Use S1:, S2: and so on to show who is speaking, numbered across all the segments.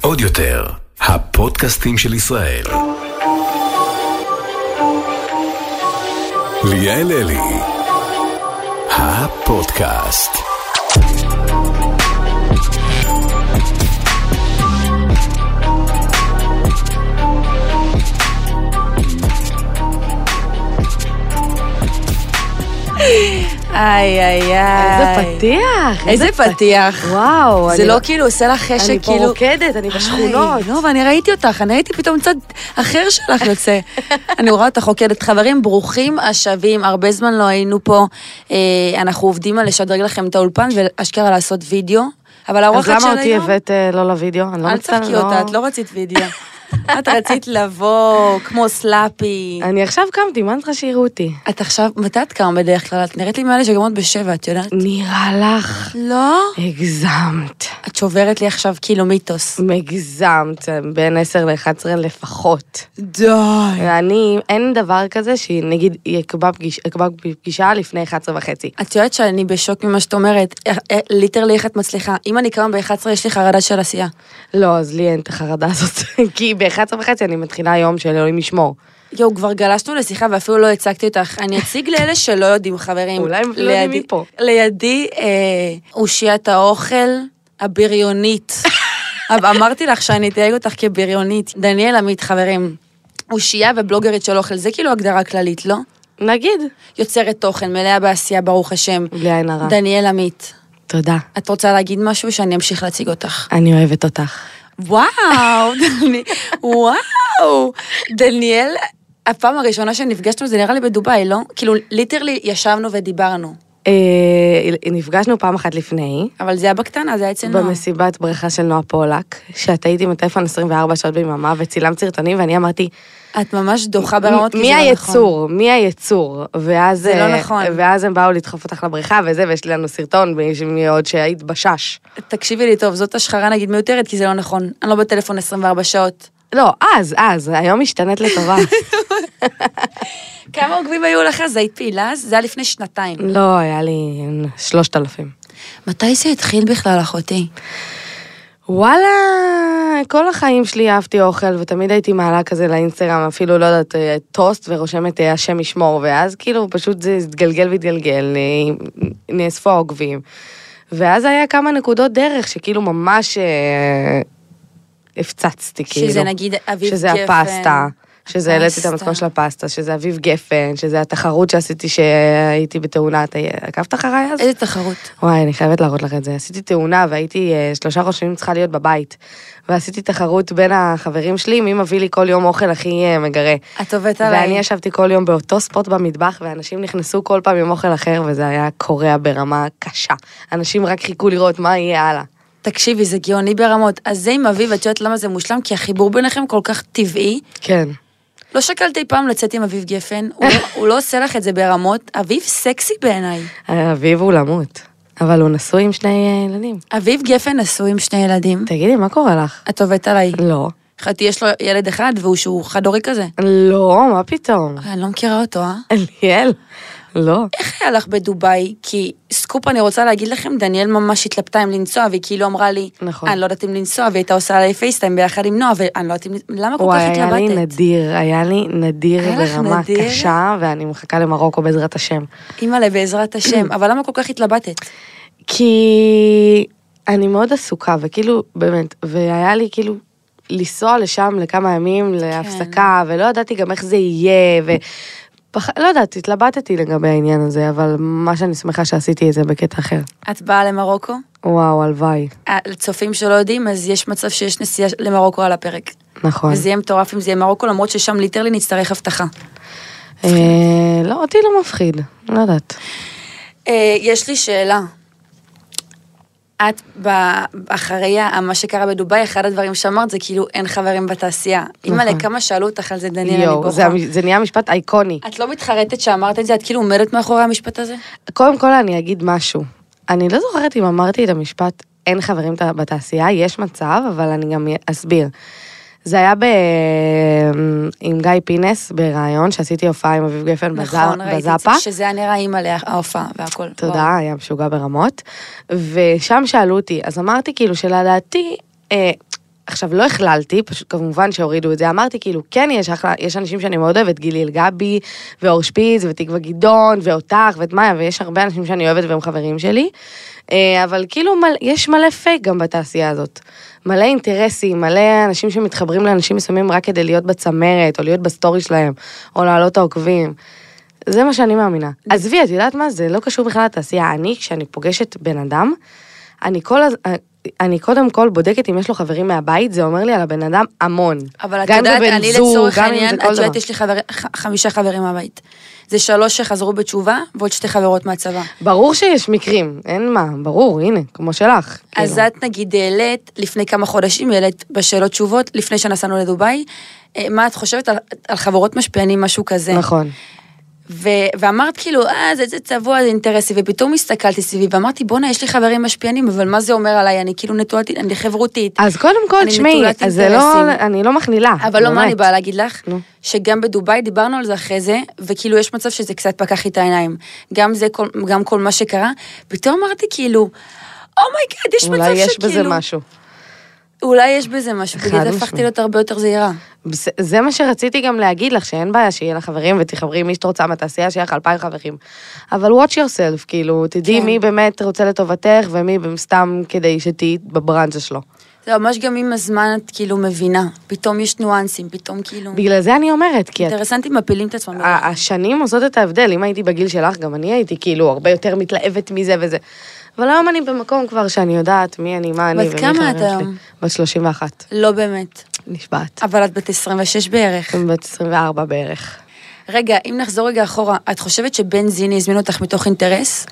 S1: עוד יותר, הפודקאסטים של ישראל. ליאל אלי, הפודקאסט.
S2: איי, איי,
S3: איזה
S2: איי.
S3: פתיח.
S2: איזה פתיח.
S3: וואו.
S2: זה
S3: אני-
S2: לא כאילו עושה לך חשק,
S3: אני פה
S2: כאילו...
S3: רוקדת, אני
S2: היי,
S3: בשכונות.
S2: לא, ואני ראיתי אותך, אני ראיתי פתאום צד אחר שלך יוצא. אני רואה אותך רוקדת. חברים, ברוכים השבים, הרבה זמן לא היינו פה. אה, אנחנו עובדים על לשדרג לכם את האולפן ואשכרה לעשות וידאו. אבל
S3: אז
S2: האורחת של היום...
S3: למה אותי הבאת אה, לא לוידאו? אני לא
S2: אל
S3: מצטערת,
S2: תצחקי אותה, את לא רצית וידאו. את רצית לבוא כמו סלאפי.
S3: אני עכשיו קמתי, מה אני צריכה שיראו אותי?
S2: את עכשיו, מתי את קמה בדרך כלל? את נראית לי מאלה שגמות בשבע, את יודעת?
S3: נראה לך.
S2: לא.
S3: הגזמת.
S2: את שוברת לי עכשיו כאילו מיתוס.
S3: הגזמת, אה, בין 10 ל-11 לפחות.
S2: די.
S3: אני, אין דבר כזה שנגיד אקבע פגיש- אקבע פגישה לפני 11 וחצי.
S2: את יודעת שאני בשוק ממה שאת אומרת, איך- אה, ליטרלי איך את מצליחה. אם אני קמה ב-11 יש לי חרדה של עשייה.
S3: לא, אז לי אין את החרדה הזאת, כי ב-11 וחצי אני מתחילה יום של אלוהים ישמור.
S2: יואו, כבר גלשנו לשיחה ואפילו לא הצגתי אותך. אני אציג לאלה שלא יודעים, חברים.
S3: אולי הם לא יודעים
S2: לידי-
S3: מי פה.
S2: לידי אה, אושיית האוכל הבריונית. אבל אמרתי לך שאני אתייג אותך כבריונית. דניאל עמית, חברים, אושייה ובלוגרית של אוכל, זה כאילו הגדרה כללית, לא?
S3: נגיד.
S2: יוצרת תוכן, מלאה בעשייה, ברוך השם.
S3: בלי עין הרע.
S2: דניאל עמית,
S3: תודה.
S2: את רוצה להגיד משהו שאני אמשיך להציג אותך?
S3: אני אוהבת אותך.
S2: וואו, דני, וואו, דניאל, הפעם הראשונה שנפגשנו זה נראה לי בדובאי, לא? כאילו, ליטרלי ישבנו ודיברנו,
S3: אה, נפגשנו פעם אחת לפני,
S2: אבל זה היה בקטנה, זה היה אצל נועם.
S3: במסיבת בריכה של נועה פולק, שאת היית עם הטלפון 24 שעות ביממה וצילמת סרטונים, ואני אמרתי,
S2: את ממש דוחה ברמות, כי
S3: מי
S2: זה לא נכון.
S3: היצור? מי היצור? ואז...
S2: זה לא
S3: אה,
S2: נכון.
S3: ואז הם באו לדחוף אותך לבריכה וזה, ויש לנו סרטון מ- עוד שהיית בשש.
S2: נכון. תקשיבי לי טוב, זאת השחרה נגיד מיותרת, כי זה לא נכון. אני לא בטלפון 24 שעות.
S3: לא, אז, אז, היום השתנית לטובה.
S2: כמה עוקבים היו לך אז? היית פעילה אז? זה היה לפני שנתיים.
S3: לא, היה לי שלושת אלפים.
S2: מתי זה התחיל בכלל, אחותי?
S3: וואלה, כל החיים שלי אהבתי אוכל, ותמיד הייתי מעלה כזה לאינסטגרם, אפילו, לא יודעת, אה, טוסט, ורושמת אה, השם ישמור, ואז כאילו פשוט זה התגלגל והתגלגל, אה, נאספו העוקבים. ואז היה כמה נקודות דרך שכאילו ממש אה, הפצצתי, כאילו.
S2: שזה נגיד אביב
S3: שזה
S2: גפן.
S3: הפסטה. שזה העליתי את
S2: הפסטה.
S3: המתכון של הפסטה, שזה אביב גפן, שזה התחרות שעשיתי שהייתי בתאונה, את עקבת אחריי אז?
S2: איזה תחרות.
S3: וואי, אני חייבת להראות לך את זה. עשיתי תאונה והייתי אה, שלושה ראשונים צריכה להיות בבית. ועשיתי תחרות בין החברים שלי, מי מביא לי כל יום אוכל הכי אה, מגרה.
S2: את עובדת עליי.
S3: ואני ישבתי כל יום באותו ספוט במטבח, ואנשים נכנסו כל פעם עם אוכל אחר, וזה היה קורע ברמה קשה. אנשים רק חיכו לראות מה יהיה הלאה.
S2: תקשיבי, זה גאוני ברמות. אז זה עם אביב, את יודעת למה זה מושלם? כי החיבור ביניכם כל כך טבעי.
S3: כן.
S2: לא שקלת אי פעם לצאת עם אביב גפן, הוא, לא- הוא לא עושה לך את זה ברמות. אביב סקסי בעיניי.
S3: אביב הוא למות. אבל הוא נשוי עם שני אה, ילדים.
S2: אביב גפן נשוי עם שני ילדים.
S3: תגידי, מה קורה לך?
S2: את עובדת עליי.
S3: לא.
S2: חשבתי, יש לו ילד אחד והוא שהוא חד-הורי כזה.
S3: לא, מה פתאום?
S2: אה, אני לא מכירה אותו, אה?
S3: אליאל? לא.
S2: איך היה לך בדובאי? כי סקופ, אני רוצה להגיד לכם, דניאל ממש התלבטה אם לנסוע, והיא כאילו אמרה לי,
S3: נכון.
S2: אני לא יודעת אם לנסוע, והיא הייתה עושה עליי פייסטיים ביחד עם נועה, ואני לא יודעת אם... למה כל כך
S3: וואי,
S2: התלבטת?
S3: היה לי נדיר, היה לי נדיר
S2: היה לך
S3: ברמה
S2: נדיר?
S3: קשה, ואני מחכה למרוקו בעזרת השם.
S2: אימא'לה, בעזרת השם, אבל למה כל כך התלבטת?
S3: כי אני מאוד עסוקה, וכאילו, באמת, והיה לי כאילו לנסוע לשם לכמה ימים להפסקה,
S2: כן.
S3: ולא ידעתי גם איך זה יהיה, ו... פח... לא יודעת, התלבטתי לגבי העניין הזה, אבל מה שאני שמחה שעשיתי את זה בקטע אחר.
S2: את באה למרוקו?
S3: וואו, הלוואי.
S2: הצופים אה, שלא יודעים, אז יש מצב שיש נסיעה למרוקו על הפרק.
S3: נכון.
S2: וזה יהיה מטורף אם זה יהיה מרוקו, למרות ששם ליטרלי נצטרך אבטחה.
S3: אה, לא, אותי לא מפחיד, לא יודעת.
S2: אה, יש לי שאלה. את, ב- אחרי ה- מה שקרה בדובאי, אחד הדברים שאמרת זה כאילו אין חברים בתעשייה. אימא'לה, כמה שאלו אותך על זה, דניאל, אני
S3: נכון. יואו, זה
S2: בוכה.
S3: המ- זה נהיה משפט אייקוני.
S2: את לא מתחרטת שאמרת את זה? את כאילו עומדת מאחורי המשפט הזה?
S3: קודם כל אני אגיד משהו. אני לא זוכרת אם אמרתי את המשפט, אין חברים ת- בתעשייה, יש מצב, אבל אני גם אסביר. זה היה ב... עם גיא פינס בריאיון, שעשיתי הופעה עם אביב גפן
S2: נכון,
S3: בז-
S2: ראיתי את זה,
S3: בזאפה.
S2: שזה היה נראה אימא ההופעה והכל. וואו.
S3: תודה, היה משוגע ברמות. ושם שאלו אותי, אז אמרתי כאילו שלדעתי, אה, עכשיו לא הכללתי, פשוט כמובן שהורידו את זה, אמרתי כאילו, כן, יש, אחלה, יש אנשים שאני מאוד אוהבת, גילי אלגבי, ואור שפיץ, ותקווה גדעון, ואותך, ואת מאיה, ויש הרבה אנשים שאני אוהבת והם חברים שלי, אה, אבל כאילו מל, יש מלא פייק גם בתעשייה הזאת. מלא אינטרסים, מלא אנשים שמתחברים לאנשים מסוימים רק כדי להיות בצמרת, או להיות בסטורי שלהם, או להעלות את העוקבים. זה מה שאני מאמינה. עזבי, את יודעת מה? זה לא קשור בכלל לתעשייה. אני, כשאני פוגשת בן אדם, אני כל הז... אה, אני קודם כל בודקת אם יש לו חברים מהבית, זה אומר לי על הבן אדם המון.
S2: אבל את
S3: גם אם זה
S2: יודעת,
S3: בן
S2: אני
S3: זוג,
S2: לצורך
S3: גם אם זה
S2: העניין,
S3: כל
S2: את יודעת,
S3: דבר.
S2: יש לי חבר- ח- חמישה חברים מהבית. זה שלוש שחזרו בתשובה, ועוד שתי חברות מהצבא.
S3: ברור שיש מקרים, אין מה, ברור, הנה, כמו שלך.
S2: אז
S3: כאילו.
S2: את נגיד העלית, לפני כמה חודשים העלית בשאלות תשובות, לפני שנסענו לדובאי, אה, מה את חושבת על, על חברות משפיענים, משהו כזה.
S3: נכון.
S2: ו- ואמרת כאילו, אה, זה, זה צבוע, זה אינטרסי, ופתאום הסתכלתי סביבי ואמרתי, בואנה, יש לי חברים משפיענים, אבל מה זה אומר עליי? אני כאילו נטולת, אני חברותית.
S3: אז קודם כל,
S2: אני
S3: תשמעי,
S2: נטולת
S3: אז זה לא,
S2: אינטרסים.
S3: אני לא מכלילה.
S2: אבל לא מה
S3: באמת.
S2: אני באה להגיד לך,
S3: נו.
S2: שגם בדובאי דיברנו על זה אחרי זה, וכאילו יש מצב שזה קצת פקח לי את העיניים. גם זה, כל- גם כל מה שקרה, פתאום אמרתי כאילו, אומייגאד, יש מצב
S3: אולי
S2: שכאילו...
S3: יש בזה משהו.
S2: אולי יש בזה משהו, בגלל זה
S3: משמעית.
S2: הפכתי להיות הרבה יותר זהירה.
S3: זה- זה מה שרציתי גם להגיד לך, שאין בעיה שיהיה לך חברים ותחברי עם מי שאת רוצה מהתעשייה, שיהיה לך אלפיים חברים. אבל watch yourself, כאילו, תדעי
S2: כן.
S3: מי באמת רוצה לטובתך ומי סתם כדי שתהיי בברנז'ה שלו.
S2: זה ממש גם עם הזמן את כאילו מבינה, פתאום יש ניואנסים, פתאום כאילו...
S3: בגלל זה אני אומרת, כי את-
S2: אינטרסנטים מפילים את עצמם.
S3: ה- השנים עושות את ההבדל. אם הייתי בגיל שלך, גם אני הייתי כאילו הרבה יותר מתלהבת מזה וזה. אבל היום אני במקום כבר שאני יודעת מי אני, מה אני
S2: בת
S3: ומי
S2: כמה
S3: חברים שלי.
S2: את היום?
S3: בת 31.
S2: לא באמת,
S3: נשבעת.
S2: אבל את בת 26 בערך.
S3: בת 24 בערך.
S2: רגע, אם נחזור רגע אחורה, את חושבת שבן זיני הזמין אותך מתוך אינטרס?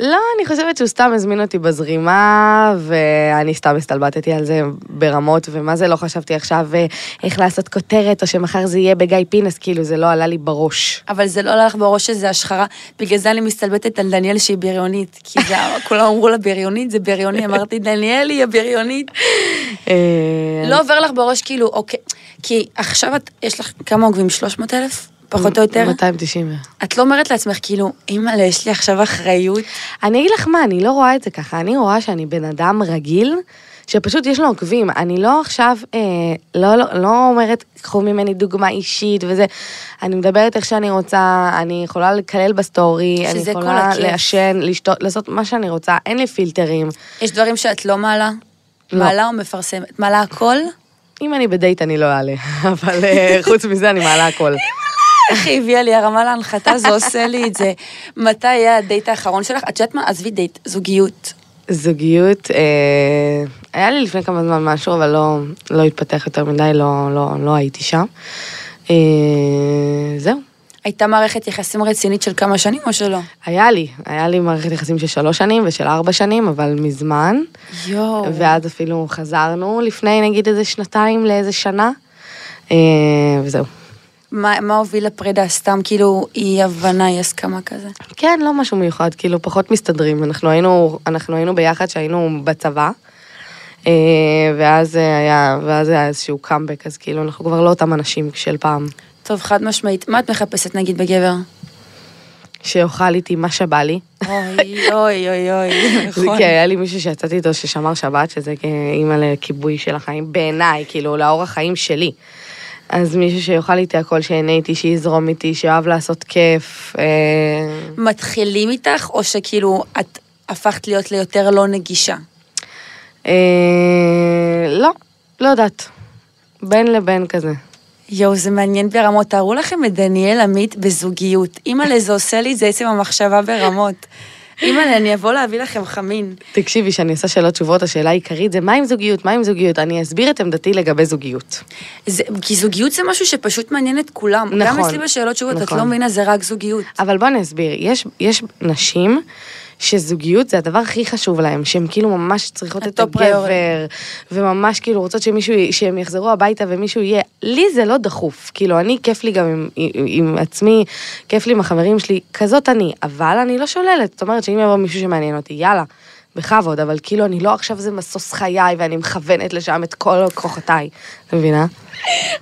S3: לא, אני חושבת שהוא סתם הזמין אותי בזרימה, ואני סתם הסתלבטתי על זה ברמות, ומה זה לא חשבתי עכשיו אה, איך לעשות כותרת, או שמחר זה יהיה בגיא פינס, כאילו זה לא עלה לי בראש.
S2: אבל זה לא עלה לך בראש שזה השחרה, בגלל זה אני מסתלבטת על דניאל שהיא בריונית, כי זה, כולם אמרו לה בריונית, זה בריוני, אמרתי, דניאל היא הבריונית.
S3: אה,
S2: לא עובר לך בראש כאילו, אוקיי, כי עכשיו את, יש לך כמה עוקבים? 300 אלף? פחות או יותר?
S3: 290.
S2: את לא אומרת לעצמך, כאילו, אימא'לה, יש לי עכשיו אחריות.
S3: אני אגיד לך מה, אני לא רואה את זה ככה, אני רואה שאני בן אדם רגיל, שפשוט יש לו עוקבים. אני לא עכשיו, אה, לא, לא, לא אומרת, קחו ממני דוגמה אישית וזה. אני מדברת איך שאני רוצה, אני יכולה לקלל בסטורי, אני
S2: שזה כל
S3: יכולה
S2: הכיף.
S3: לעשן, לשתות, לעשות מה שאני רוצה, אין לי פילטרים.
S2: יש דברים שאת לא מעלה?
S3: לא.
S2: מעלה או מפרסמת? מעלה הכל?
S3: אם אני בדייט אני לא אעלה, אבל אה, חוץ מזה אני מעלה הכל.
S2: איך היא הביאה לי הרמה להנחתה, זה עושה לי את זה. מתי היה הדייט האחרון שלך? את יודעת מה? עזבי דייט, זוגיות.
S3: זוגיות, אה, היה לי לפני כמה זמן משהו, אבל לא, לא התפתח יותר מדי, לא, לא, לא הייתי שם. אה, זהו.
S2: הייתה מערכת יחסים רצינית של כמה שנים או שלא?
S3: היה לי, היה לי מערכת יחסים של שלוש שנים ושל ארבע שנים, אבל מזמן.
S2: יואו.
S3: ואז אפילו חזרנו לפני נגיד איזה שנתיים לאיזה שנה, אה, וזהו.
S2: מה מה הוביל לפרידה? סתם כאילו אי הבנה, אי הסכמה כזה.
S3: כן, לא משהו מיוחד, כאילו פחות מסתדרים. אנחנו היינו, אנחנו היינו ביחד שהיינו בצבא, אה, ואז אה, היה, ואז היה איזשהו קאמבק, אז כאילו אנחנו כבר לא אותם אנשים של פעם.
S2: טוב, חד משמעית. מה את מחפשת נגיד בגבר?
S3: שאוכל איתי מה שבא לי.
S2: אוי, אוי, אוי, אוי, נכון.
S3: זה כי
S2: כן.
S3: היה לי מישהו שיצאתי איתו ששמר שבת, שזה אימא לכיבוי של החיים, בעיניי, כאילו, לאור החיים שלי. אז מישהו שיאכל איתי הכל, שיהנה איתי, שיזרום איתי, שאוהב לעשות כיף. אה,
S2: מתחילים איתך, או שכאילו את הפכת להיות ליותר לא נגישה?
S3: אה, לא, לא יודעת. בין לבין כזה.
S2: יואו, זה מעניין ברמות. תארו לכם את דניאל עמית בזוגיות. אימא'לה, זה עושה לי את זה עצם המחשבה ברמות. אימא'לה, אני אבוא להביא לכם חמין.
S3: תקשיבי, כשאני עושה שאלות תשובות, השאלה העיקרית זה מה עם זוגיות, מה עם זוגיות. אני אסביר את עמדתי לגבי זוגיות.
S2: זה, כי זוגיות זה משהו שפשוט מעניין את כולם. גם
S3: נכון.
S2: אצלי בשאלות תשובות, את
S3: נכון. אה.
S2: לא מבינה, זה רק זוגיות.
S3: אבל בוא נסביר, יש, יש נשים שזוגיות זה הדבר הכי חשוב להם, שהן כאילו ממש צריכות את
S2: הטופ פריורי.
S3: הגבר, וממש כאילו רוצות שמישהו, י- שהם יחזרו הביתה ומישהו יהיה. לי זה לא דחוף, כאילו אני, כיף לי גם עם, עם, עם עצמי, כיף לי עם החברים שלי, כזאת אני, אבל אני לא שוללת, זאת אומרת שאם יבוא מישהו שמעניין אותי, יאללה. בכבוד, אבל כאילו, אני לא עכשיו זה משוש חיי ואני מכוונת לשם את כל כוחותיי. את מבינה?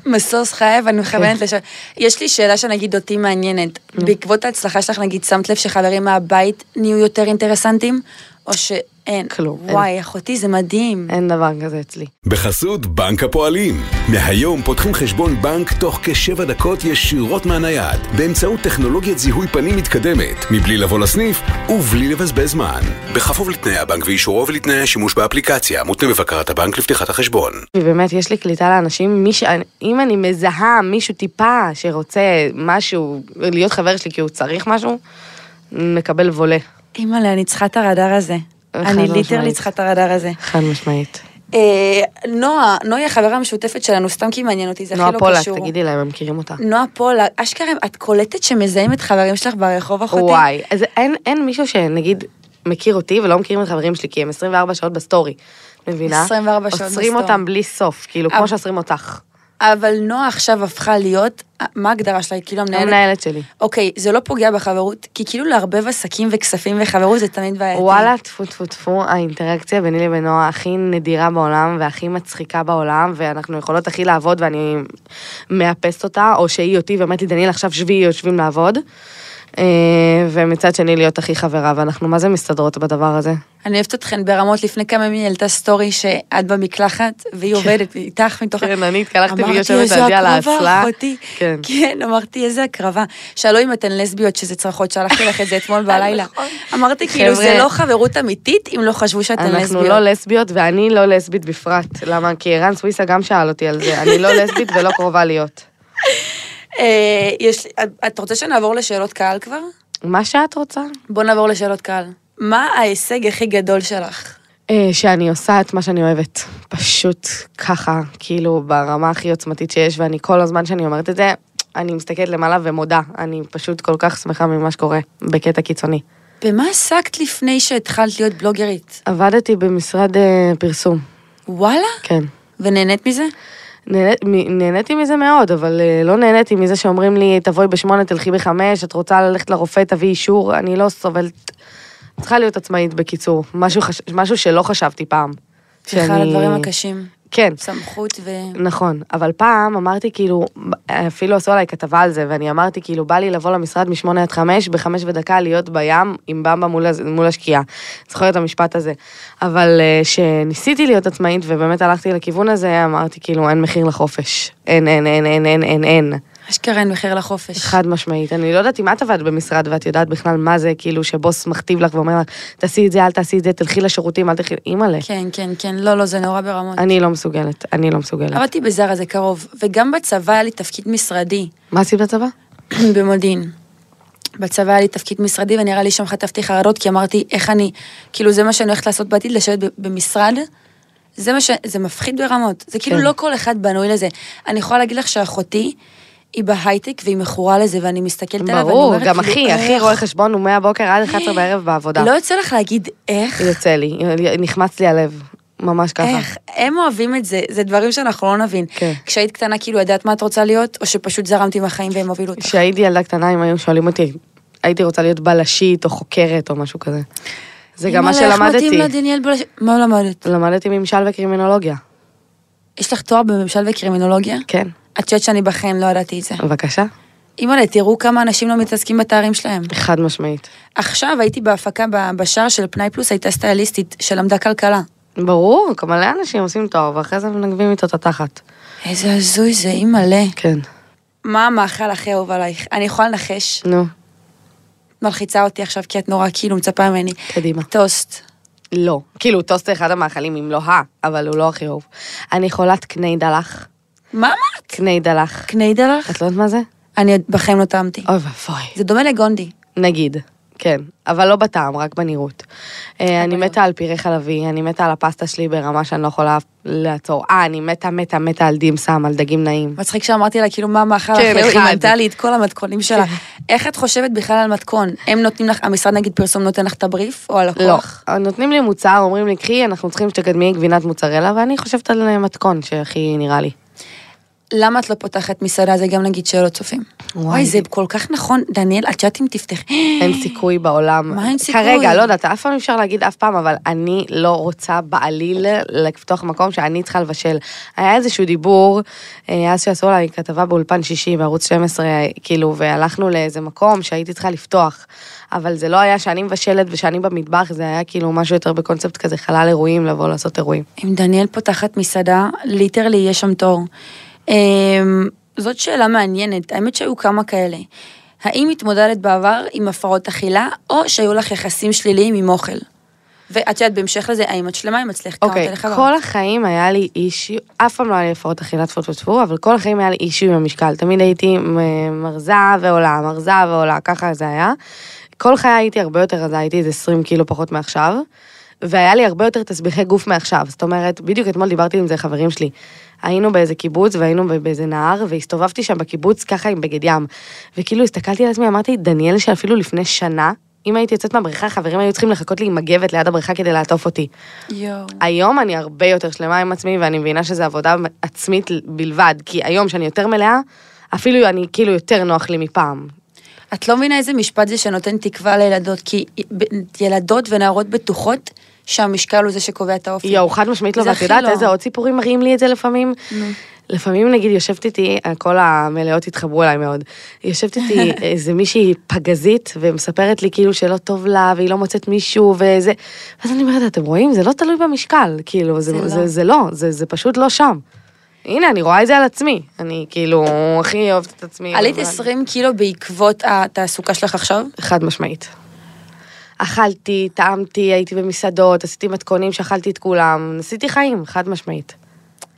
S2: משוש חייב, אני
S3: כן.
S2: מכוונת לשם. יש לי שאלה שנגיד אותי מעניינת. בעקבות ההצלחה שלך, נגיד, שמת לב שחברים מהבית נהיו יותר אינטרסנטים? או שאין?
S3: כלום, אין. אה.
S2: וואי, אחותי, זה מדהים.
S3: אין דבר כזה אצלי.
S1: בחסות בנק הפועלים. מהיום פותחים חשבון בנק תוך כשבע דקות ישירות מהנייד, באמצעות טכנולוגיית זיהוי פנים מתקדמת, מבלי לבוא לסניף ובלי לבזבז זמן. בכפוף לתנאי הבנק ואישורו ולתנאי השימוש באפליקציה, מותנה בבקרת הבנק לפתיחת החשבון.
S3: ובאמת, יש לי קליטה לאנשים, מי ש... אם אני מזהה מישהו טיפה שרוצה משהו, להיות חבר שלי כי הוא צריך משהו, מקבל וולה,
S2: אימא'לה, אני צריכה את הרדאר הזה.
S3: חד
S2: אני ליטרלי
S3: משמעית.
S2: צריכה את הרדאר הזה.
S3: חד משמעית.
S2: אה, נועה, נועה היא החברה המשותפת שלנו, סתם כי מעניין אותי, זה הכי
S3: נועה
S2: לא
S3: פולק,
S2: קשור.
S3: תגידי להם, הם מכירים אותה.
S2: נועה פולק, אשכרה, את קולטת שמזהים את חברים שלך ברחוב אחותי?
S3: וואי, אז אין, אין מישהו שנגיד מכיר אותי ולא מכירים את חברים שלי, כי הם 24 שעות בסטורי, מבינה?
S2: 24 שעות
S3: עוצרים
S2: בסטורי.
S3: אותם בלי סוף, כאילו,
S2: אבל-
S3: כמו שעוצרים אותך.
S2: אבל נועה עכשיו הפכה להיות, מה ההגדרה שלה? היא כאילו המנהלת?
S3: המנהלת שלי.
S2: אוקיי, זה לא פוגע בחברות, כי כאילו לערבב עסקים וכספים וחברות זה תמיד בעייתי.
S3: וואלה, טפו טפו טפו, האינטראקציה ביני לבין נועה הכי נדירה בעולם והכי מצחיקה בעולם, ואנחנו יכולות הכי לעבוד ואני מאפסת אותה, או שהיא אותי ואומרת לי, דניאל, עכשיו שבי, יושבים לעבוד. אה, ומצד שני, להיות הכי חברה, ואנחנו מה זה מסתדרות בדבר הזה?
S2: אני אוהבת אתכן ברמות, לפני כמה ימים היא העלתה סטורי שאת במקלחת, והיא עובדת איתך מתוך...
S3: כן, אני התקלחתי והיא
S2: אמרתי,
S3: יושבת
S2: "איזו
S3: על ידי על
S2: הקרבה,
S3: האסלה.
S2: אחותי.
S3: כן.
S2: כן, אמרתי, איזה הקרבה. שאלו אם אתן לסביות שזה צרחות, שלחתי לך את זה אתמול בלילה. אמרתי, כאילו,
S3: נכון. חבר'ה.
S2: זה לא חברות אמיתית אם לא חשבו שאתן לסביות.
S3: אנחנו לא לסביות, ואני לא לסבית בפרט. למה? כי ערן סוויסה גם שאל אותי על זה. אני לא לסבית ולא קרובה להיות.
S2: אה, יש, את רוצה שנעבור לשאלות קהל כבר?
S3: מה שאת רוצה?
S2: בוא נעבור לשאלות קהל. מה ההישג הכי גדול שלך?
S3: אה, שאני עושה את מה שאני אוהבת. פשוט ככה, כאילו, ברמה הכי עוצמתית שיש, ואני כל הזמן שאני אומרת את זה, אני מסתכלת למעלה ומודה. אני פשוט כל כך שמחה ממה שקורה, בקטע קיצוני.
S2: במה עסקת לפני שהתחלת להיות בלוגרית?
S3: עבדתי במשרד אה, פרסום,
S2: וואלה?
S3: כן.
S2: ונהנית מזה?
S3: נהנית- מ- נהניתי מזה מאוד, אבל אה, לא נהניתי מזה שאומרים לי, תבואי בשמונה, תלכי בחמש, את רוצה ללכת לרופא, תביאי אישור, אני לא סובלת. צריכה להיות עצמאית בקיצור, משהו, חש... משהו שלא חשבתי פעם.
S2: סליחה על הדברים הקשים.
S3: כן,
S2: סמכות ו...
S3: נכון, אבל פעם אמרתי כאילו, אפילו עשו עליי כתבה על זה, ואני אמרתי כאילו, בא לי לבוא למשרד משמונה עד חמש, בחמש ודקה להיות בים עם במבה מול, הז- מול השקיעה. זוכרת את המשפט הזה. אבל אה, כשניסיתי להיות עצמאית ובאמת הלכתי לכיוון הזה, אמרתי כאילו, אין מחיר לחופש. אין, אין, אין, אין, אין, אין, אין.
S2: אשכרה אין מחיר לחופש.
S3: חד משמעית. אני לא יודעת אם את עבדת במשרד ואת יודעת בכלל מה זה, כאילו, שבוס מכתיב לך ואומר לך, תעשי את זה, אל תעשי את זה, תלכי לשירותים, אל תלכי... אימא'לה.
S2: כן, כן, כן, לא, לא, זה נורא ברמות.
S3: אני לא מסוגלת, אני לא מסוגלת.
S2: עבדתי בזארה, זה קרוב, וגם בצבא היה לי תפקיד משרדי,
S3: מה עשית בצבא?
S2: במודיעין. בצבא היה לי תפקיד משרדי, ונראה לי שם חטפתי חרדות, כי אמרתי, איך אני, כאילו, זה מה שאני הולכת לעשות בעתיד, לשבת ב- במשרד. זה מה ש... זה מפחיד ברמות. זה כאילו
S3: כן.
S2: לא כל אחד בנוי לזה. אני יכולה להגיד לך שאחותי, היא בהייטק והיא מכורה לזה, ואני מסתכלת עליה, ואני
S3: ברור,
S2: אומרת,
S3: גם
S2: כאילו,
S3: אחי, אחי
S2: איך?
S3: רואה חשבון הוא מהבוקר עד 11 בערב בעבודה.
S2: לא יוצא לך להגיד איך?
S3: יוצא לי, נחמץ לי הלב, ממש ככה.
S2: איך? הם אוהבים את זה, זה דברים שאנחנו לא נבין.
S3: כן.
S2: כשהיית קטנה, כאילו, ידעת מה את רוצה להיות, או שפשוט זרמת עם החיים והם הובילו אותך?
S3: כשהייתי ילדה קטנה, אם היו שואלים אותי, הייתי רוצה להיות בלשית או חוקרת או משהו כזה. זה גם מה
S2: אימא'לה, איך מתאים
S3: שלמדתי.
S2: לדניאל בלש... מה למדת?
S3: למדתי ממשל וקרימינולוגיה.
S2: יש לך תואר בממשל וקרימינולוגיה?
S3: כן,
S2: את חושבת שאני בחיים לא ידעתי את זה.
S3: בבקשה.
S2: אימא'לה, תראו כמה אנשים לא מתעסקים בתארים שלהם.
S3: חד משמעית.
S2: עכשיו הייתי בהפקה ב- בשער של פנאי פלוס, הייתה סטייליסטית שלמדה כלכלה.
S3: ברור, כמה מלא אנשים עושים תואר ואחרי זה מנגבים איתו את התחת.
S2: איזה הזוי זה, אימא'לה.
S3: כן.
S2: מה המאכל הכי אהוב עלייך? אני יכולה לנחש,
S3: נו,
S2: מלחיצה אותי עכשיו כי את נורא כאילו מצפה ממני.
S3: קדימה.
S2: טוסט.
S3: לא. כאילו, טוסט זה אחד המאכלים, אם לא ה, אבל הוא לא הכי אהוב. אני חולת קני דלח.
S2: מה אמרת?
S3: קני דלח.
S2: קנייד עליך?
S3: את לא יודעת מה זה?
S2: אני עוד בחיים לא טעמתי.
S3: אוי ואבוי.
S2: זה דומה לגונדי.
S3: נגיד, כן. אבל לא בטעם, רק בנראות. אה, אני מתה על פירה חלבי, אני מתה על הפסטה שלי ברמה שאני לא יכולה לעצור. אה, אני מתה, מתה, מתה על דים סם, על דגים נעים.
S2: מצחיק שאמרתי לה, כאילו, מה המאכל
S3: כן,
S2: הכי, היא
S3: אחד.
S2: מנתה לי את כל המתכונים שלה. איך את חושבת בכלל על מתכון? הם נותנים לך, המשרד נגיד פרסום נותן לך את הבריף, או
S3: לא.
S2: הלקוח?
S3: נותנים לי מוצר, אומרים לי, קחי, אנחנו צריכים שתקדמי גבינת מוצרלה, ואני חושבת על מתכון שהכי נראה לי.
S2: למה את לא פותחת מסעדה? זה גם נגיד שאלות צופים.
S3: וואי.
S2: וואי, זה כל כך נכון. דניאל, את יודעת אם תפתח.
S3: אין סיכוי בעולם.
S2: מה אין סיכוי?
S3: כרגע, לא יודעת, אף פעם אי אפשר להגיד אף פעם, אבל אני לא רוצה בעליל לפתוח מקום שאני צריכה לבשל. היה איזשהו דיבור, אה, אז שעשו עליי כתבה באולפן שישי בערוץ 12, כאילו, והלכנו לאיזה מקום שהייתי צריכה לפתוח. אבל זה לא היה שאני מבשלת ושאני במטבח, זה היה כאילו משהו יותר בקונספט כזה חלל אירועים, לבוא לעשות אירועים.
S2: אם דניאל פותחת מסעדה, ליטרלי יש שם תור. אמ, זאת שאלה מעניינת, האמת שהיו כמה כאלה. האם התמודדת בעבר עם הפרעות אכילה, או שהיו לך יחסים שליליים עם אוכל? ואת יודעת, בהמשך לזה, האם את שלמה, אם הצליחת,
S3: אוקיי, כל החיים היה לי אישיו, אף פעם לא היה לי הפרעות אכילה טפו טפו טפו, אבל כל החיים היה לי אישיו עם המשקל. תמיד הייתי מ- מרזה ועולה, מרזה ועולה, ככה זה היה. כל חיי הייתי הרבה יותר רזה, הייתי איזה 20 קילו פחות מעכשיו, והיה לי הרבה יותר תסביכי גוף מעכשיו. זאת אומרת, בדיוק אתמול דיברתי עם זה חברים שלי. היינו באיזה קיבוץ והיינו ב- באיזה נהר, והסתובבתי שם בקיבוץ ככה עם בגד ים. וכאילו הסתכלתי על עצמי, אמרתי, דניאל שאפילו לפני שנה, אם הייתי יוצאת מהבריכה, חברים היו צריכים לחכות לי עם מגבת ליד הבריכה כדי לעטוף אותי.
S2: יואו.
S3: היום אני הרבה יותר שלמה עם עצמי, ואני מבינה שזו עבודה עצמית בלבד, כי היום שאני יותר מלאה, אפילו אני כאילו יותר נוח לי מפעם.
S2: את לא מבינה איזה משפט זה שנותן תקווה לילדות, כי ב- ילדות ונערות בטוחות שהמשקל הוא זה שקובע את האופי.
S3: יואו, חד משמעית לא,
S2: זה
S3: ואת
S2: הכי
S3: יודעת
S2: לא.
S3: איזה עוד סיפורים מראים לי את זה לפעמים? לפעמים נגיד יושבת איתי, כל המלאות התחברו אליי מאוד, יושבת איתי איזה מישהי פגזית ומספרת לי כאילו שלא טוב לה והיא לא מוצאת מישהו וזה, ואז אני אומרת, אתם רואים? זה לא תלוי במשקל, כאילו,
S2: זה
S3: זה,
S2: לא.
S3: זה, זה, זה לא, זה, זה פשוט לא שם. הנה, אני רואה את זה על עצמי, אני כאילו הכי אוהבת את עצמי.
S2: עלית
S3: אבל-
S2: 20 קילו בעקבות התעסוקה שלך עכשיו?
S3: חד משמעית. אכלתי, טעמתי, הייתי במסעדות, עשיתי מתכונים שאכלתי את כולם, עשיתי חיים, חד משמעית.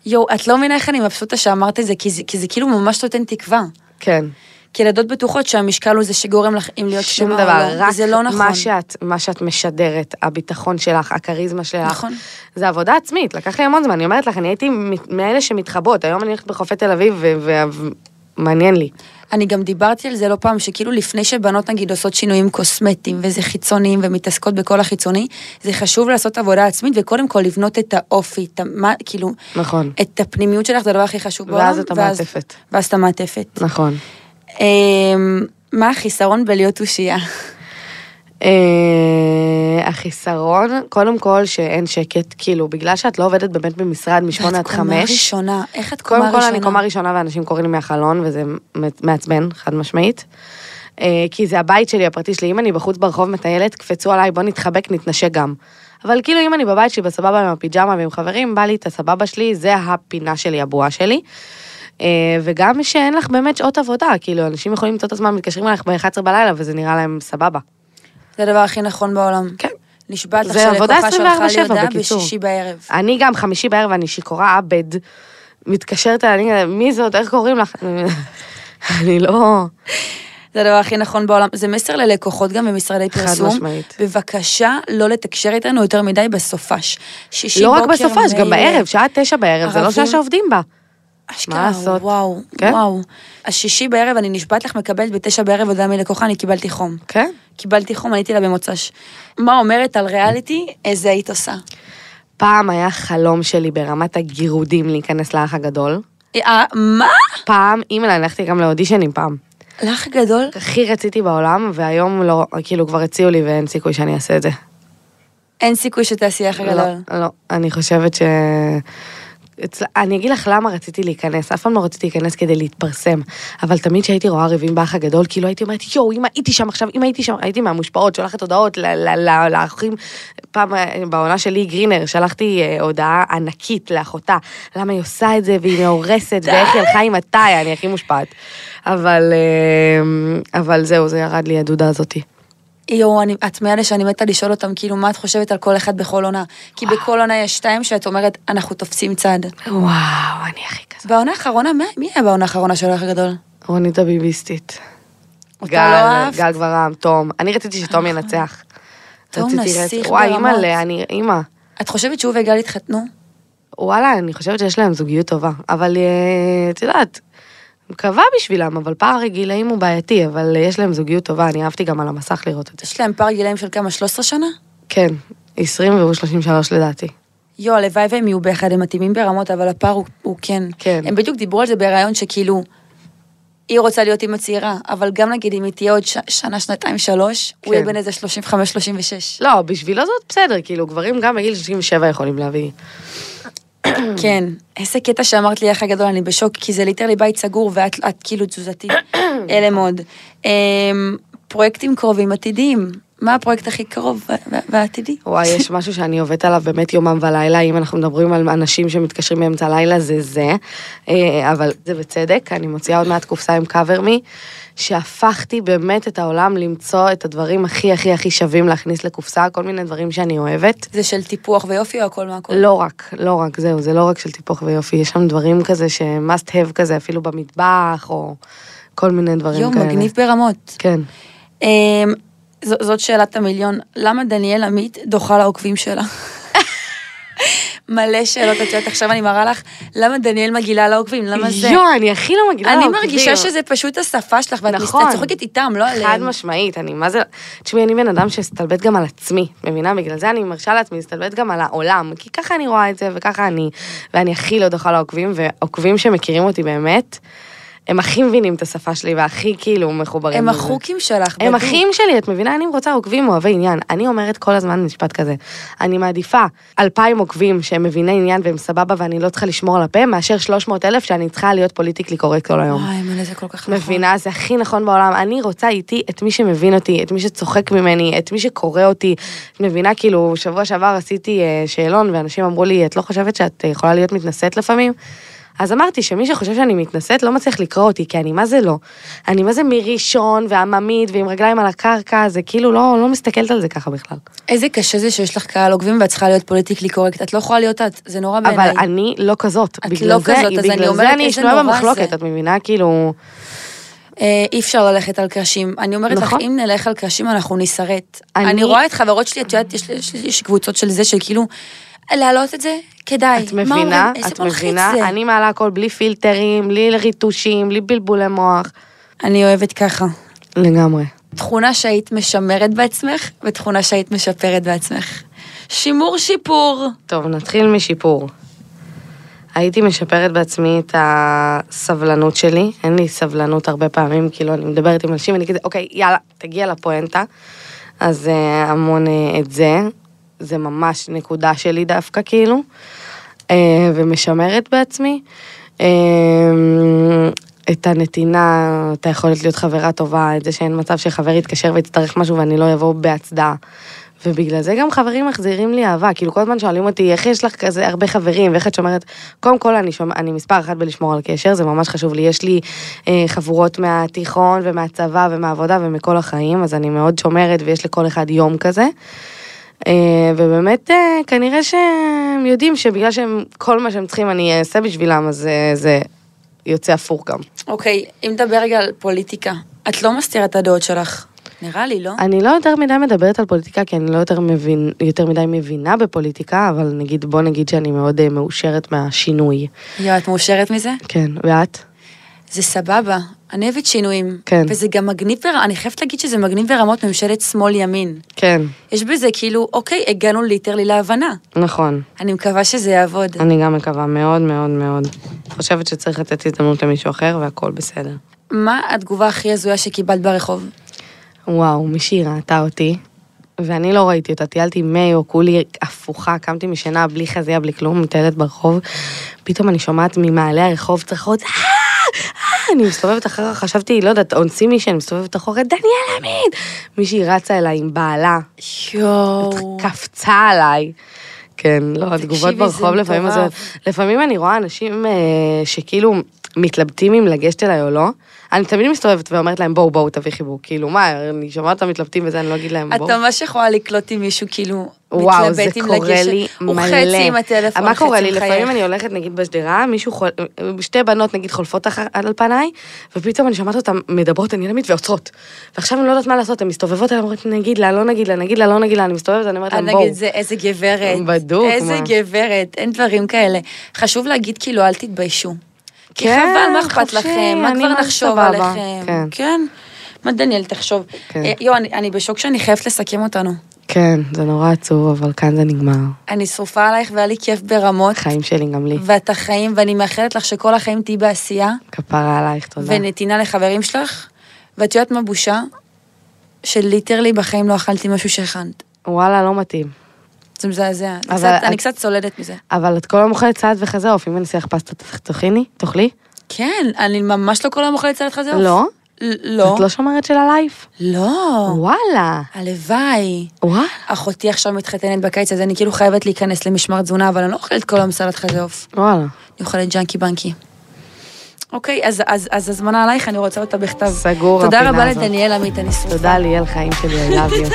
S2: יואו, את לא מבינה איך אני מבסוטה שאמרת את זה, כי זה, כי זה כאילו ממש נותן תקווה.
S3: כן.
S2: כי ילדות בטוחות שהמשקל הוא זה שגורם לך אם להיות
S3: שום
S2: שלמה או
S3: דבר,
S2: לא,
S3: רק
S2: וזה לא נכון.
S3: מה, שאת, מה שאת משדרת, הביטחון שלך, הכריזמה שלך,
S2: נכון.
S3: זה עבודה עצמית, לקח לי המון זמן, אני אומרת לך, אני הייתי מ- מאלה שמתחבאות, היום אני הולכת בחופי תל אביב, ומעניין לי.
S2: אני גם דיברתי על זה לא פעם, שכאילו לפני שבנות נגיד עושות שינויים קוסמטיים וזה חיצוניים ומתעסקות בכל החיצוני, זה חשוב לעשות עבודה עצמית וקודם כל לבנות את האופי, את המה, כאילו,
S3: נכון.
S2: את הפנימיות שלך זה הדבר הכי חשוב בעולם.
S3: ואז את המעטפת.
S2: ואז את המעטפת.
S3: נכון.
S2: אמ, מה החיסרון בלהיות אושייה?
S3: אה, החיסרון, קודם כל שאין שקט, כאילו, בגלל שאת לא עובדת באמת במשרד משמונה
S2: ואת
S3: עד
S2: קומה
S3: חמש,
S2: ראשונה, איך את קומה
S3: קודם
S2: ראשונה?
S3: כל אני קומה ראשונה ואנשים קוראים לי מהחלון וזה מ- מעצבן, חד משמעית. אה, כי זה הבית שלי, הפרטי שלי, אם אני בחוץ ברחוב מטיילת, קפצו עליי, בוא נתחבק, נתנשק גם. אבל כאילו אם אני בבית שלי בסבבה עם הפיג'מה ועם חברים, בא לי את הסבבה שלי, זה הפינה שלי, הבועה שלי. אה, וגם שאין לך באמת שעות עבודה, כאילו אנשים יכולים למצוא את עצמם מתקשרים אלייך ב-11 בלילה וזה נראה להם סבבה.
S2: זה הדבר הכי נכון בעולם.
S3: כן.
S2: נשבעת לך
S3: זה עבודה
S2: שלקוחה שלך
S3: 24/7
S2: ליודעה
S3: בקיצור.
S2: בשישי בערב.
S3: אני גם חמישי בערב, אני שיכורה עבד, מתקשרת אליי, אני כזה, מי זאת, איך קוראים לך? אני לא...
S2: זה הדבר הכי נכון בעולם. זה מסר ללקוחות גם במשרדי
S3: חד
S2: פרסום.
S3: משמעית.
S2: בבקשה לא לתקשר איתנו יותר מדי בסופש. שישי
S3: לא
S2: בוקר,
S3: רק בסופש, גם
S2: מילא.
S3: בערב, שעה תשע בערב, זה לא שעה
S2: ערבים.
S3: שעובדים בה.
S2: אשכרה,
S3: מה לעשות?
S2: וואו,
S3: כן?
S2: וואו. השישי בערב, אני נשבעת לך, מקבלת בתשע בערב הודעה מלקוחה, אני קיבלתי חום.
S3: כן.
S2: קיבלתי חום, עניתי לה במוצ"ש. מה אומרת על ריאליטי, איזה היית עושה.
S3: פעם היה חלום שלי ברמת הגירודים להיכנס לאח הגדול.
S2: אה, מה?
S3: פעם, אימא, הלכתי גם לאודישנים פעם.
S2: לך גדול?
S3: הכי רציתי בעולם, והיום לא, כאילו כבר הציעו לי ואין סיכוי שאני אעשה את זה.
S2: אין סיכוי שתעשי לך
S3: לא,
S2: גדול.
S3: לא, אני חושבת ש... אצל- אני אגיד לך למה רציתי להיכנס, אף פעם לא רציתי להיכנס כדי להתפרסם, אבל תמיד כשהייתי רואה ריבים באח הגדול, כאילו הייתי אומרת, יואו, אם הייתי שם עכשיו, אם הייתי שם, הייתי מהמושפעות, שולחת הודעות ל- ל- ל- לאחים, פעם אה, בעונה שלי גרינר, שלחתי אה, הודעה ענקית לאחותה, למה היא עושה את זה, והיא מאורסת, ואיך היא הלכה עם התאי, אני הכי מושפעת. אבל, אה, אבל זהו, זה ירד לי הדודה הזאתי.
S2: יואו, אני- את מאלה שאני מתה לשאול אותם, כאילו, מה את חושבת על כל אחד בכל עונה? כי בכל עונה יש שתיים שאת אומרת, אנחנו תופסים צד.
S3: וואו, אני הכי כזאת.
S2: בעונה האחרונה, מה- מי היה בעונה האחרונה של הולך הגדול?
S3: רונית הביביסטית.
S2: אותה לא
S3: גל,
S2: אהבת?
S3: גל גברעם, תום. אני רציתי שתום ינצח.
S2: תום
S3: רציתי
S2: נסיך
S3: רצ- וואי,
S2: ברמות.
S3: אימא'לה, אני, אימא.
S2: את חושבת שהוא וגל התחתנו?
S3: וואלה, אני חושבת שיש להם זוגיות טובה. אבל אה, את יודעת, מקווה בשבילם, אבל פער הגילאים הוא בעייתי, אבל אה, יש להם זוגיות טובה, אני אהבתי גם על המסך לראות את זה.
S2: יש להם פער גילאים של כמה? 13 שנה?
S3: כן, 20 והוא 33 לדעתי.
S2: יואו, הלוואי והם יהיו ביחד, הם מתאימים ברמות, אבל הפער הוא, הוא כן.
S3: כן.
S2: הם בדיוק דיברו על זה בריאיון שכאילו, היא רוצה להיות אימא צעירה, אבל גם נגיד אם היא תהיה עוד ש- שנה, שנתיים, שלוש, הוא יהיה
S3: כן.
S2: בן איזה 35-36.
S3: לא, בשבילו זאת בסדר, כאילו, גברים גם בגיל 67 יכולים להביא.
S2: כן. איזה קטע שאמרת לי, אח הגדול, אני בשוק, כי זה ליטרלי בית סגור, ואת את כאילו תזוזתית. אלה מאוד. אמ, פרויקטים קרובים עתידיים. מה הפרויקט הכי קרוב ו- ו- ועתידי?
S3: וואי, יש משהו שאני עובדת עליו באמת יומם ולילה, אם אנחנו מדברים על אנשים שמתקשרים באמצע הלילה, זה זה. אה, אבל זה בצדק, אני מוציאה עוד מעט קופסה עם cover me, שהפכתי באמת את העולם למצוא את הדברים הכי הכי הכי שווים להכניס לקופסה, כל מיני דברים שאני אוהבת.
S2: זה של טיפוח ויופי או הכל מהכל?
S3: לא רק, לא רק, זהו, זה לא רק של טיפוח ויופי, יש שם דברים כזה ש-must have כזה, אפילו במטבח, או כל מיני דברים
S2: יום
S3: כאלה.
S2: מגניב ברמות.
S3: כן.
S2: אמ, ז- זאת שאלת המיליון, למה דניאל עמית דוחה לעוקבים שלה? מלא שאלות את שואלת, עכשיו אני מראה לך, למה דניאל מגעילה לעוקבים? למה זה?
S3: יואו, אני הכי לא מגעילה
S2: אני
S3: לעוקבים.
S2: מרגישה שזה פשוט השפה שלך, ואת
S3: נכון.
S2: מסת- צוחקת איתם, לא עליהם.
S3: חד משמעית, אני מה זה... תשמעי, אני בן אדם שהסתלבט גם על עצמי, מבינה? בגלל זה אני מרשה לעצמי להסתלבט גם על העולם, כי ככה אני רואה את זה, וככה אני... ואני הכי לא דוחה לעוקבים, ועוקבים שמכירים אותי באמת, הם הכי מבינים את השפה שלי, והכי כאילו מחוברים.
S2: הם
S3: לזה.
S2: החוקים שלך,
S3: הם
S2: בדיוק.
S3: אחים שלי, את מבינה? אני רוצה עוקבים אוהבי עניין. אני אומרת כל הזמן משפט כזה. אני מעדיפה אלפיים עוקבים שהם מביני עניין והם סבבה ואני לא צריכה לשמור על הפה, מאשר 300 אלף שאני צריכה להיות פוליטיקלי קורקט כל היום.
S2: וואי, מלא זה כל כך נכון.
S3: מבינה, זה הכי נכון בעולם. אני רוצה איתי את מי שמבין אותי, את מי שצוחק ממני, את מי שקורא אותי. את מבינה, כאילו, שבוע שעבר עשיתי אה, שאלון, ואנשים אמרו לי, את לא חושבת שאת אה, יכולה להיות מתנשאת לפעמים? אז אמרתי שמי שחושב שאני מתנשאת לא מצליח לקרוא אותי, כי אני מה זה לא. אני מה זה מראשון ועממית ועם רגליים על הקרקע, זה כאילו לא, לא מסתכלת על זה ככה בכלל.
S2: איזה קשה זה שיש לך קהל עוקבים ואת צריכה להיות פוליטיקלי קורקט. את לא יכולה להיות את, זה נורא בעיניי.
S3: אבל אני לא כזאת.
S2: את
S3: בגלל
S2: לא
S3: זה-
S2: כזאת, אז אני
S3: בגלל
S2: אומרת,
S3: זה אני
S2: איזה
S3: שנויה
S2: נורא
S3: במחלוקת,
S2: זה.
S3: את מבינה? כאילו...
S2: אה, אי אפשר ללכת על קרשים. אני אומרת לך,
S3: נכון.
S2: אם נלך על קרשים, אנחנו נישרט.
S3: אני-
S2: אני רואה את חברות שלי, את יודעת, יש לי- יש לי יש קבוצות של זה, שכאילו, להעלות את זה, כדאי.
S3: את
S2: מה
S3: מבינה?
S2: אומרים? איזה
S3: את
S2: מלחיץ
S3: מבינה?
S2: זה.
S3: אני מעלה הכל בלי פילטרים, בלי ריטושים, בלי בלבולי מוח.
S2: אני אוהבת ככה.
S3: לגמרי.
S2: תכונה שהיית משמרת בעצמך, ותכונה שהיית משפרת בעצמך. שימור שיפור.
S3: טוב, נתחיל משיפור. הייתי משפרת בעצמי את הסבלנות שלי, אין לי סבלנות הרבה פעמים, כאילו אני מדברת עם אנשים, אני כזה, אוקיי, יאללה, תגיע לפואנטה. אז אה, המון אה, את זה, זה ממש נקודה שלי דווקא, כאילו, אה, ומשמרת בעצמי. אה, את הנתינה, את היכולת להיות חברה טובה, את זה שאין מצב שחבר יתקשר ויצטרך משהו ואני לא אבוא בהצדעה. ובגלל זה גם חברים מחזירים לי אהבה, כאילו כל הזמן שואלים אותי, איך יש לך כזה הרבה חברים, ואיך את שומרת, קודם כל אני, שומע, אני מספר אחת בלשמור על קשר, זה ממש חשוב לי, יש לי אה, חבורות מהתיכון ומהצבא ומהעבודה ומכל החיים, אז אני מאוד שומרת ויש לכל אחד יום כזה. אה, ובאמת, אה, כנראה שהם יודעים שבגלל שהם, כל מה שהם צריכים אני אעשה בשבילם, אז אה, זה יוצא הפוך גם.
S2: אוקיי, אם נדבר רגע על פוליטיקה, את לא מסתירה את הדעות שלך. נראה לי, לא?
S3: אני לא יותר מדי מדברת על פוליטיקה, כי אני לא יותר, מבין, יותר מדי מבינה בפוליטיקה, אבל נגיד, בוא נגיד שאני מאוד אה, מאושרת מהשינוי.
S2: יואו, את מאושרת מזה?
S3: כן, ואת?
S2: זה סבבה. אני אוהבת שינויים.
S3: כן.
S2: וזה גם מגניב, בר... אני חייבת להגיד שזה מגניב ברמות ממשלת שמאל-ימין.
S3: כן.
S2: יש בזה כאילו, אוקיי, הגענו ליטרלי להבנה.
S3: נכון.
S2: אני מקווה שזה יעבוד.
S3: אני גם מקווה מאוד מאוד מאוד. חושבת שצריך לתת הזדמנות למישהו אחר והכל בסדר.
S2: מה התגובה הכי הזויה שקיבלת ברחוב?
S3: וואו, מישהי ראתה אותי, ואני לא ראיתי אותה, טיילתי מאיו, כולי הפוכה, קמתי משינה בלי חזייה, בלי כלום, מטיילת ברחוב, פתאום אני שומעת ממעלה הרחוב צרחות, "אה, אה", אני מסתובבת אחר כך, חשבתי, לא יודעת, אונסים מישהי, אני מסתובבת אחורה, דניאל עמית! מישהי רצה אליי עם בעלה,
S2: יואו.
S3: קפצה עליי. כן, לא, התגובות
S2: תקשיבי, זה
S3: ברחוב לפעמים
S2: מטורף.
S3: הזויות. לפעמים אני רואה אנשים אה, שכאילו מתלבטים אם לגשת אליי או לא. אני תמיד מסתובבת ואומרת להם, בואו, בואו, תביא חיבוק. כאילו, מה, אני שומעת אותם מתלבטים וזה, אני לא אגיד להם,
S2: את
S3: בואו.
S2: ממש יכולה לקלוט עם מישהו כאילו
S3: וואו, זה
S2: מתלבט אם
S3: קורה
S2: לגשת.
S3: לי מלא.
S2: הוא חצי עם הטלפון,
S3: מה קורה
S2: חצי
S3: לי?
S2: מחייך.
S3: לפעמים אני הולכת, נגיד, בשדרה, מישהו חול... שתי בנות, נגיד, חולפות אח- על פניי, ופתאום אני שומעת אותן מדברות, אני ימית ועוצרות. ועכשיו אני לא יודעת מה לעשות, הן מסתובבות, הן אומרות, נגיד לה, לא נגיד לה, נגיד לה, לא נגיד לה, אני מסתובבת, אני אומרת
S2: אני
S3: להן, בואו.
S2: אה, נגיד, זה איזה גברת.
S3: בדוק,
S2: איזה
S3: מה.
S2: גברת, אין דברים כאלה. חשוב להגיד כאילו, אל תתביישו. כי
S3: כן,
S2: חבל, מה אכפת
S3: חופשי,
S2: לכם? מה
S3: אני
S2: כבר
S3: מה זה
S2: נחשוב
S3: סבבה.
S2: עליכם?
S3: כן.
S2: כן. מה דניאל תחשוב?
S3: כן.
S2: אה, יו, אני אני בשוק שאני חייבת לסכם אותנו.
S3: כן, זה נורא עצוב, אבל כאן זה נגמר.
S2: אני שרופה עלייך והיה לי כיף ברמות,
S3: החיים שלי גם לי.
S2: ואת החיים, ואני מאחלת לך שכל החיים תהיי בעשייה,
S3: כפרה עלייך, תודה.
S2: ונתינה לחברים שלך, ואת יודעת מה בושה? שליטרלי בחיים לא אכלתי משהו שהכנת.
S3: וואלה, לא מתאים.
S2: זה מזעזע. אני
S3: אבל
S2: קצת- אני
S3: את-
S2: קצת סולדת מזה.
S3: אבל את כל היום אוכלת סלט וחזה עוף, אם אני אעשה לך פסטה ת- תאכיני, תאכלי?
S2: כן, אני ממש לא כל היום אוכלת סלט חזה עוף.
S3: לא?
S2: ל- לא.
S3: את לא שומרת של הלייף?
S2: לא.
S3: וואלה.
S2: הלוואי.
S3: וואלה.
S2: אחותי עכשיו מתחתנת בקיץ, אז אני כאילו חייבת להיכנס למשמר תזונה, אבל אני לא אוכלת כל היום סלט חזה עוף.
S3: וואלה.
S2: אני אוכלת ג'אנקי בנקי. אוקיי, אז, אז, אז הזמנה עלייך, אני רוצה אותה בכתב.
S3: סגור,
S2: תודה
S3: הפינה
S2: רבה
S3: הזאת.
S2: לדניאל עמית, אני שרופה.
S3: תודה ליאל חיים שלי, I love you.